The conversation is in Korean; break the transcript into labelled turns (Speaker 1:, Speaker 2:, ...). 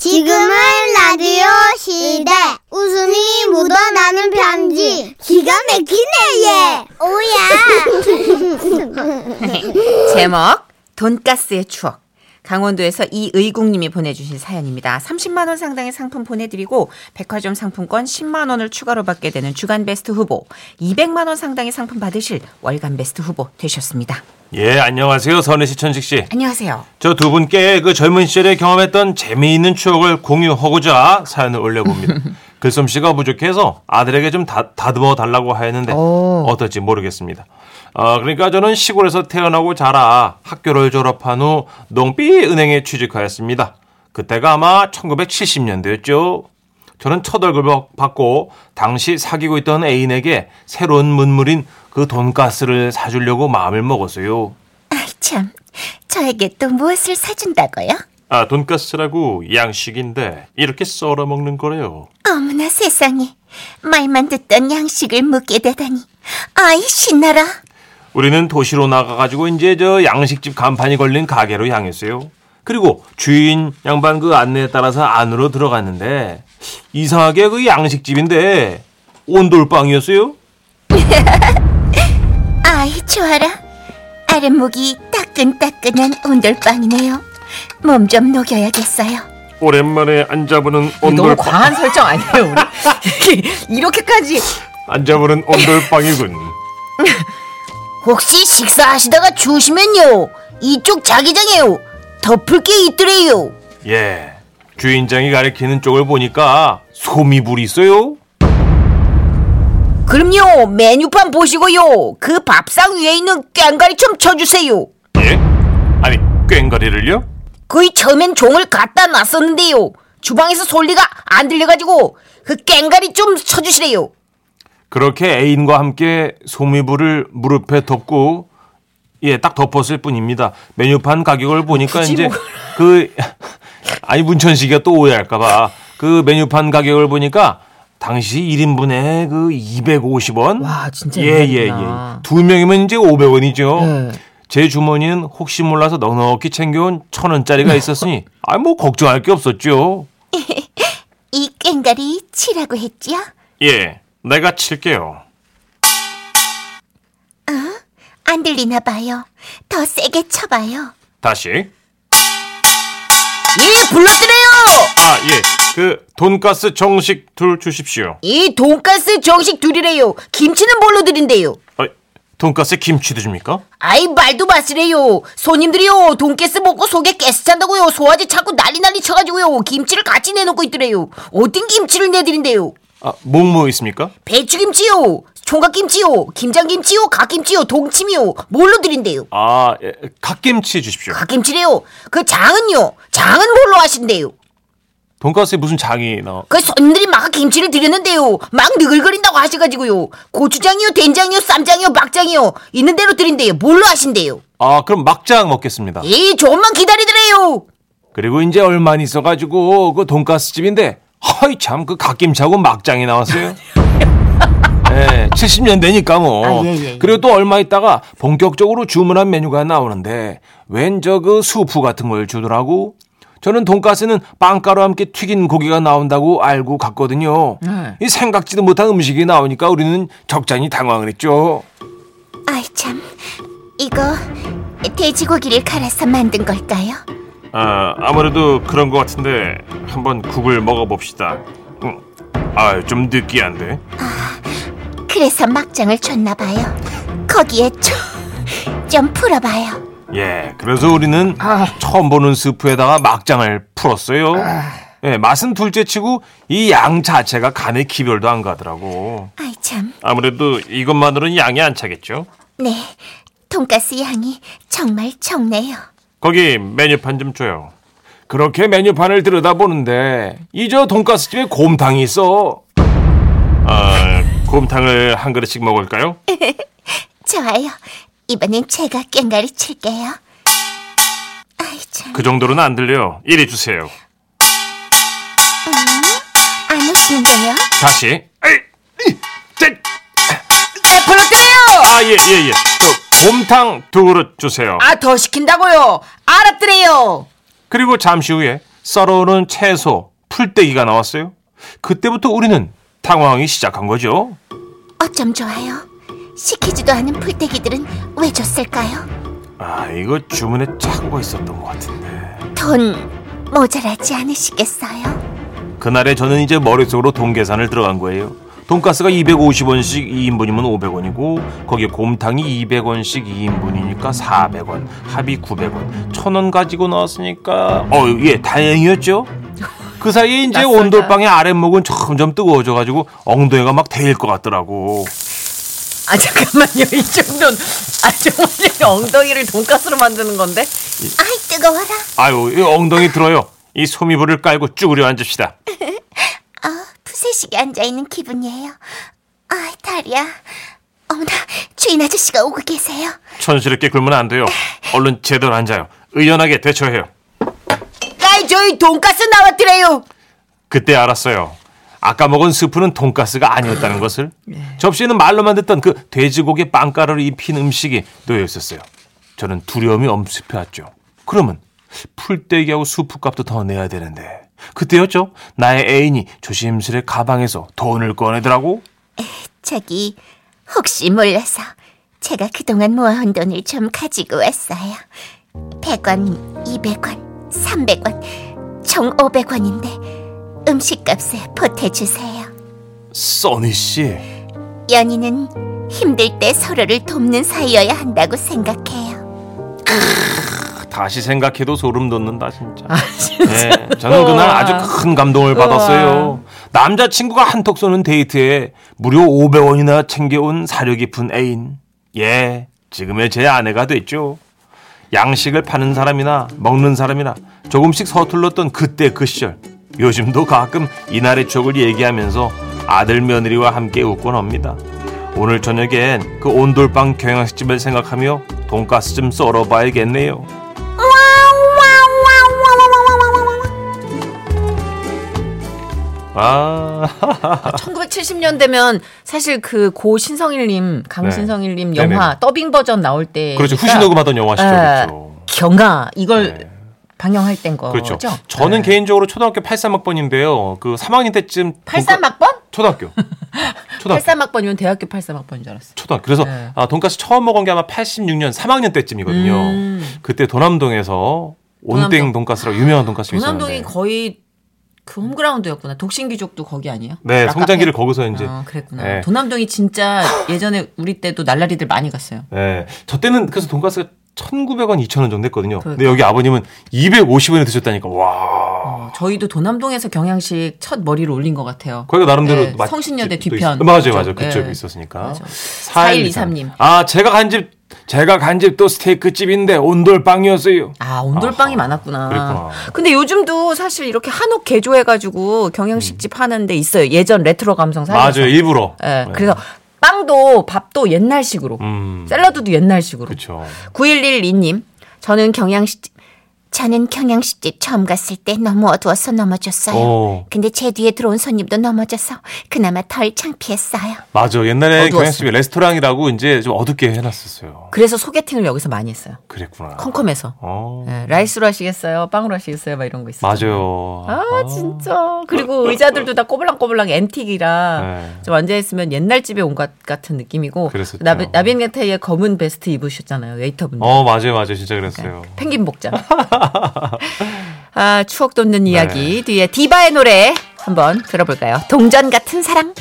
Speaker 1: 지금은 라디오 시대. 웃음이 묻어나는 편지. 기가 막히네, 얘. 오야.
Speaker 2: 제목 돈가스의 추억. 강원도에서 이의국님이 보내주신 사연입니다. 30만 원 상당의 상품 보내드리고 백화점 상품권 10만 원을 추가로 받게 되는 주간 베스트 후보, 200만 원 상당의 상품 받으실 월간 베스트 후보 되셨습니다.
Speaker 3: 예, 안녕하세요. 선혜 씨, 천식 씨.
Speaker 2: 안녕하세요.
Speaker 3: 저 두 분께 그 젊은 시절에 경험했던 재미있는 추억을 공유하고자 사연을 올려봅니다. 그 글솜씨가 부족해서 아들에게 좀 다, 다듬어 달라고 하였는데
Speaker 2: 오.
Speaker 3: 어떨지 모르겠습니다. 아, 그러니까 저는 시골에서 태어나고 자라 학교를 졸업한 후 농비 은행에 취직하였습니다. 그때가 아마 1970년대였죠. 저는 첫 월급을 받고 당시 사귀고 있던 애인에게 새로운 문물인 그 돈가스를 사주려고 마음을 먹었어요.
Speaker 2: 아이 참, 저에게 또 무엇을 사준다고요?
Speaker 3: 아, 돈가스라고 양식인데 이렇게 썰어 먹는 거래요.
Speaker 2: 어머나 세상에, 말만 듣던 양식을 묻게 되다니, 아이 신나라.
Speaker 3: 우리는 도시로 나가가지고 이제 저 양식집 간판이 걸린 가게로 향했어요. 그리고 주인 양반 그 안내에 따라서 안으로 들어갔는데 이상하게 그 양식집인데 온돌빵이었어요.
Speaker 2: 아이 좋아라 아랫목이 따끈따끈한 온돌빵이네요 몸 좀 녹여야겠어요
Speaker 3: 오랜만에 안 잡으는
Speaker 4: 어, 너무 과한 설정 아니에요, 우리? 이렇게까지
Speaker 3: 안 잡으는 온돌빵이군.
Speaker 5: 혹시 식사하시다가 주시면요 이쪽 자기장에요 덮을 게 있더래요
Speaker 3: 예, 주인장이 가리키는 쪽을 보니까 소미불이 있어요.
Speaker 5: 그럼요 메뉴판 보시고요 그 밥상 위에 있는 꽹과리 좀 쳐주세요
Speaker 3: 예? 아니 꽹과리를요?
Speaker 5: 거의 처음엔 종을 갖다 놨었는데요 주방에서 소리가 안 들려가지고 그 꽹과리 좀 쳐주시래요
Speaker 3: 그렇게 애인과 함께 소미불을 무릎에 덮고 예, 딱 덮었을 뿐입니다. 메뉴판 가격을 보니까 이제 그 아니 문천식이가 또 오해할까 봐. 그 메뉴판 가격을 보니까 당시 1인분에 그 250원.
Speaker 4: 와, 아, 진짜
Speaker 3: 예, 예, 예.
Speaker 4: 옛날이구나.
Speaker 3: 두 명이면 이제 500원이죠.
Speaker 4: 네.
Speaker 3: 제 주머니는 혹시 몰라서 넉넉히 챙겨온 천 원짜리가 있었으니 아 뭐 걱정할 게 없었죠.
Speaker 2: 이 꽹가리 치라고 했지요?
Speaker 3: 예. 내가 칠게요.
Speaker 2: 안 들리나 봐요 더 세게 쳐봐요
Speaker 3: 다시.
Speaker 5: 예 불러드려요
Speaker 3: 아, 예. 그 돈가스 정식 둘 주십시오.
Speaker 5: 이 돈가스 정식 둘이래요 김치는 뭘로 드린대요
Speaker 3: 아, 돈가스 김치도 줍니까?
Speaker 5: 아이 말도 마시래요 손님들이요 돈가스 먹고 속에 가스 찬다고요 소화제 자꾸 난리 난리 쳐가지고요 김치를 같이 내놓고 있더래요 어떤 김치를 내드린대요
Speaker 3: 아, 뭐뭐 있습니까?
Speaker 5: 배추김치요 총각김치요 김장김치요 갓김치요 동치미요 뭘로 드린대요
Speaker 3: 아, 예, 갓김치 주십시오.
Speaker 5: 갓김치래요 그 장은요 장은 뭘로 하신대요
Speaker 3: 돈가스에 무슨 장이 나와?
Speaker 5: 그 손님들이 막 김치를 드렸는데요 막 느글거린다고 하셔가지고요 고추장이요 된장이요 쌈장이요 막장이요 있는 대로 드린대요 뭘로 하신대요
Speaker 3: 아, 그럼 막장 먹겠습니다.
Speaker 5: 이 조금만 기다리더래요
Speaker 3: 그리고 이제 얼마 안 있어가지고 그 돈가스 집인데, 허이 참, 그 갓김치하고 막장이 나왔어요. 예, 70년대니까 뭐.
Speaker 4: 아, 예, 예, 예.
Speaker 3: 그리고 또 얼마 있다가 본격적으로 주문한 메뉴가 나오는데 왠 저 그 수프 같은 걸 주더라고. 저는 돈가스는 빵가루와 함께 튀긴 고기가 나온다고 알고 갔거든요.
Speaker 4: 네.
Speaker 3: 이 생각지도 못한 음식이 나오니까 우리는 적잖이 당황을 했죠.
Speaker 2: 아이 참 이거 돼지고기를 갈아서 만든 걸까요?
Speaker 3: 아, 아무래도 그런 것 같은데 한번 국을 먹어봅시다. 아, 좀 느끼한데.
Speaker 2: 그래서 막장을 줬나 봐요 거기에 좀, 좀 풀어봐요
Speaker 3: 예, 그래서 우리는 처음 보는 스프에다가 막장을 풀었어요. 예, 맛은 둘째치고 이 양 자체가 간에 기별도 안 가더라고.
Speaker 2: 아이 참
Speaker 3: 아무래도 이것만으로는 양이 안 차겠죠.
Speaker 2: 네, 돈가스 향이 정말 적네요
Speaker 3: 거기 메뉴판 좀 줘요. 그렇게 메뉴판을 들여다보는데 이 저 돈가스집에 곰탕이 있어. 아, 곰탕을 한 그릇씩 먹을까요?
Speaker 2: 좋아요 이번엔 제가 꽹가리 칠게요 아이 참
Speaker 3: 그 정도로는 안 들려요. 이리 주세요.
Speaker 2: 안 웃는데요?
Speaker 3: 다시. 에이, 이, 짠.
Speaker 5: 예 불러드려요
Speaker 3: 아, 예, 예, 예. 저 곰탕 두 그릇 주세요.
Speaker 5: 아 더 시킨다고요 알았더래요
Speaker 3: 그리고 잠시 후에 썰어오는 채소, 풀떼기가 나왔어요. 그때부터 우리는 당황이 시작한 거죠.
Speaker 1: 어쩜 좋아요? 시키지도 않은 풀떼기들은 왜 줬을까요?
Speaker 3: 아, 이거 주문에 착오가 있었던 것 같은데.
Speaker 1: 돈 모자라지 않으시겠어요?
Speaker 3: 그날에 저는 이제 머릿속으로 돈 계산을 들어간 거예요. 돈가스가 250원씩 2인분이면 500원이고 거기에 곰탕이 200원씩 2인분이니까 400원, 합이 900원, 1000원 가지고 나왔으니까 어, 예, 다행이었죠. 그 사이에 이제
Speaker 6: 낯설다.
Speaker 3: 온돌방의 아랫목은 점점 뜨거워져 가지고 엉덩이가 막 데일 것 같더라고.
Speaker 5: 아 잠깐만요 이 정도는 아 정말 엉덩이를 돈가스로 만드는 건데
Speaker 1: 아이 뜨거워라.
Speaker 3: 아유, 이 엉덩이 들어요. 이 소미불을 깔고 쭈그려 앉읍시다.
Speaker 1: 아, 푸세식에 앉아있는 기분이에요. 아이, 다리야. 어머나, 주인 아저씨가 오고 계세요.
Speaker 3: 천스럽게 굴면 안 돼요. 얼른 제대로 앉아요. 의연하게 대처해요.
Speaker 5: 아이 저희 돈가스 나왔더래요
Speaker 3: 그때 알았어요. 아까 먹은 스프는 돈가스가 아니었다는 것을. 접시에는 말로만 듣던 그 돼지고기 빵가루를 입힌 음식이 놓여 있었어요. 저는 두려움이 엄습해왔죠. 그러면 풀떼기하고 수프값도 더 내야 되는데. 그때였죠. 나의 애인이 조심스레 가방에서 돈을 꺼내더라고.
Speaker 1: 저기, 혹시 몰라서 제가 그동안 모아온 돈을 좀 가지고 왔어요. 100원, 200원, 300원, 총 500원인데 음식값에 보태주세요.
Speaker 3: 써니 씨.
Speaker 1: 연인은 힘들 때 서로를 돕는 사이여야 한다고 생각해요.
Speaker 3: 다시 생각해도 소름 돋는다 아, 진짜. 네, 저는 그날 아주 큰 감동을 받았어요. 남자친구가 한턱 쏘는 데이트에 무려 500원이나 챙겨온 사려 깊은 애인. 예, 지금의 제 아내가 됐죠. 양식을 파는 사람이나 먹는 사람이나 조금씩 서툴렀던 그때 그 시절. 요즘도 가끔 이날의 추억을 얘기하면서 아들 며느리와 함께 웃곤 합니다. 오늘 저녁엔 그 온돌방 경양식집을 생각하며 돈가스 좀 썰어봐야겠네요. 아,
Speaker 5: 1970년대면 사실 그 고 신성일님 강신성일님
Speaker 3: 네.
Speaker 5: 영화
Speaker 3: 네네.
Speaker 5: 더빙 버전 나올 때 그러니까 아,
Speaker 3: 그렇죠. 후시 녹음하던 영화 시절이죠. 그렇죠.
Speaker 5: 네. 경가 이걸
Speaker 3: 네.
Speaker 5: 방영할 땐 거죠 네.
Speaker 3: 그렇죠. 저는 개인적으로 초등학교 83학번인데요. 그 3학년 때쯤
Speaker 5: 83학번?
Speaker 3: 초등학교. 초등학교.
Speaker 5: 83학번이면 대학교 83학번인 줄 알았어
Speaker 3: 초등학교. 그래서
Speaker 5: 네.
Speaker 3: 아, 돈가스 처음 먹은 게 아마 86년 3학년 때쯤이거든요. 그때 도남동에서 온땡
Speaker 5: 음. 도남동.
Speaker 3: 돈가스라고 유명한 돈가스
Speaker 5: 동남동이
Speaker 3: 있었는데.
Speaker 5: 거의 그 홈그라운드였구나 독신귀족도 거기 아니에요?
Speaker 3: 네,
Speaker 5: 락카페?
Speaker 3: 성장기를 거기서 이제
Speaker 5: 아, 그랬구나.
Speaker 3: 네.
Speaker 5: 도남동이 진짜 예전에 우리 때도 날라리들 많이 갔어요.
Speaker 3: 예. 저 때는 그래서 돈가스가 1,900원, 2,000원 정도 했거든요. 근데
Speaker 5: 그러니까.
Speaker 3: 여기 아버님은 250원에 드셨다니까. 와.
Speaker 5: 어, 저희도 도남동에서 경양식 첫 머리를 올린 것 같아요.
Speaker 3: 거기가 나름대로
Speaker 1: 네,
Speaker 5: 예,
Speaker 3: 맛집도
Speaker 5: 성신여대
Speaker 3: 있-
Speaker 5: 뒤편.
Speaker 3: 맞아요,
Speaker 5: 그쪽.
Speaker 3: 맞아요. 그쪽이
Speaker 5: 예.
Speaker 3: 있었으니까.
Speaker 5: 맞아.
Speaker 3: 4123
Speaker 5: 4123님.
Speaker 3: 아, 제가 간 집, 제가 간 집 또 스테이크 집인데 온돌빵이었어요.
Speaker 5: 아, 온돌빵이
Speaker 3: 아하,
Speaker 5: 많았구나.
Speaker 3: 그랬구나.
Speaker 5: 근데 요즘도 사실 이렇게 한옥 개조해가지고 경양식집 하는 데 있어요. 예전 레트로 감성 살려서.
Speaker 1: 그렇죠.
Speaker 3: 맞아요, 일부러.
Speaker 5: 예,
Speaker 3: 네.
Speaker 5: 그래서 빵도 밥도 옛날식으로.
Speaker 3: 음,
Speaker 5: 샐러드도 옛날식으로.
Speaker 3: 그렇죠.
Speaker 5: 9112님.
Speaker 1: 저는 경양식집, 저는 경양식집 처음 갔을 때 너무 어두워서 넘어졌어요.
Speaker 3: 어,
Speaker 1: 네. 근데 제 뒤에 들어온 손님도 넘어져서 그나마 덜 창피했어요.
Speaker 3: 맞아. 옛날에
Speaker 5: 어두웠어.
Speaker 3: 경양식이 레스토랑이라고 이제 좀 어둡게 해놨었어요.
Speaker 5: 그래서 소개팅을 여기서 많이 했어요.
Speaker 3: 그랬구나.
Speaker 5: 컴컴해서.
Speaker 3: 어,
Speaker 1: 네.
Speaker 5: 예, 라이스로 하시겠어요? 빵으로 하시겠어요? 막 이런 거 있어요.
Speaker 3: 맞아요.
Speaker 5: 아 진짜 그리고 의자들도 다 꼬불랑꼬불랑 앤틱이라
Speaker 3: 네.
Speaker 5: 좀 앉아있으면 옛날 집에 온 것 같은 느낌이고
Speaker 3: 그랬었죠.
Speaker 5: 나비- 나빈 게타의 검은 베스트 입으셨잖아요 웨이터분들 네.
Speaker 3: 어, 맞아요, 맞아요. 진짜
Speaker 1: 네.
Speaker 3: 그랬어요.
Speaker 5: 펭귄 복장
Speaker 3: 네.
Speaker 5: 아 추억 돋는 이야기 뒤에 디바의 노래 한번 들어볼까요 동전 같은 사랑